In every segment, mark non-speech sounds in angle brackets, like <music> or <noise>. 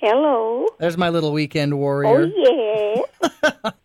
Hello. There's my little weekend Oh, warrior. yeah.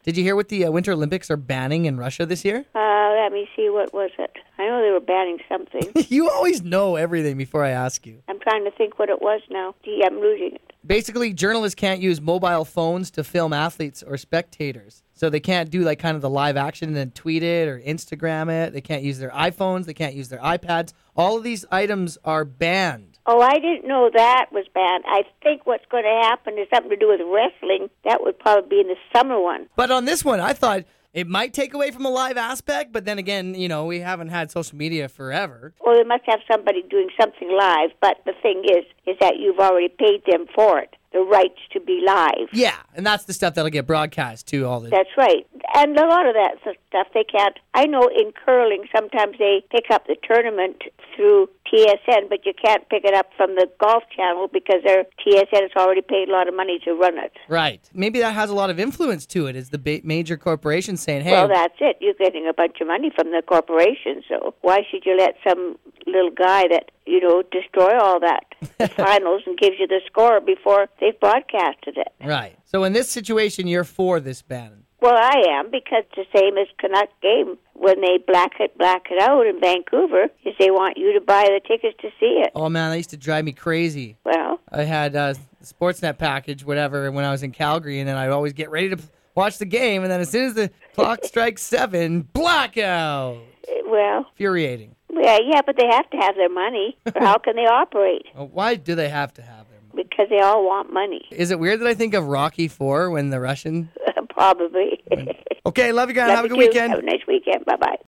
Did you hear what the uh, Winter Olympics are banning in Russia this year? <laughs> Uh, let me see. What was it? I know they were banning something. <laughs> you always know everything before I ask you. I'm trying to think what it was now. Gee, I'm losing it. Basically, journalists can't use mobile phones to film athletes or spectators. So they can't do like kind of the live action and then tweet it or Instagram it. They can't use their iPhones. They can't use their iPads. All of these items are banned. Oh, I didn't know that was bad. I think what's going to happen is something to do with wrestling. That would probably be in the summer one. But on this one, I thought it might take away from a live aspect. But then again, you know, we haven't had social media forever. Well, they must have somebody doing something live, but the thing is, is that you've already paid them for it, the rights to be live. Yeah, and that's the stuff that'll get broadcast to all the That's right. And a lot of that s- stuff they can't. I know in curling, sometimes they pick up the tournament through TSN, but you can't pick it up from the Golf Channel because their TSN has already paid a lot of money to run it. Right. Maybe that has a lot of influence to it. Is the ba- major corporation saying, "Hey, Well, that's it. You're getting a bunch of money from the corporation, so why should you let some little guy that, you know, destroy all that the finals and gives you the score before they've broadcasted it? right"? So in this situation, you're for this ban. Well, I am because the same as Canuck game when they black it black it out in Vancouver is they want you to buy the tickets to see it. Oh man, that used to drive me crazy. Well, I had uh, Sportsnet package, whatever, when I was in Calgary, and then I'd always get ready to p- watch the game, and then as soon <laughs> as the clock strikes seven, blackout. eh, well, Infuriating. yeah, yeah, but they have to have their money. Or how can they operate? Oh, Why do they have to have them? Because they all want money, <laughs> Is it weird that I think of Rocky Four when the Russian? probably. Okay, love you guys. Love <laughs> have a you good too. weekend. Have a nice weekend. Bye bye.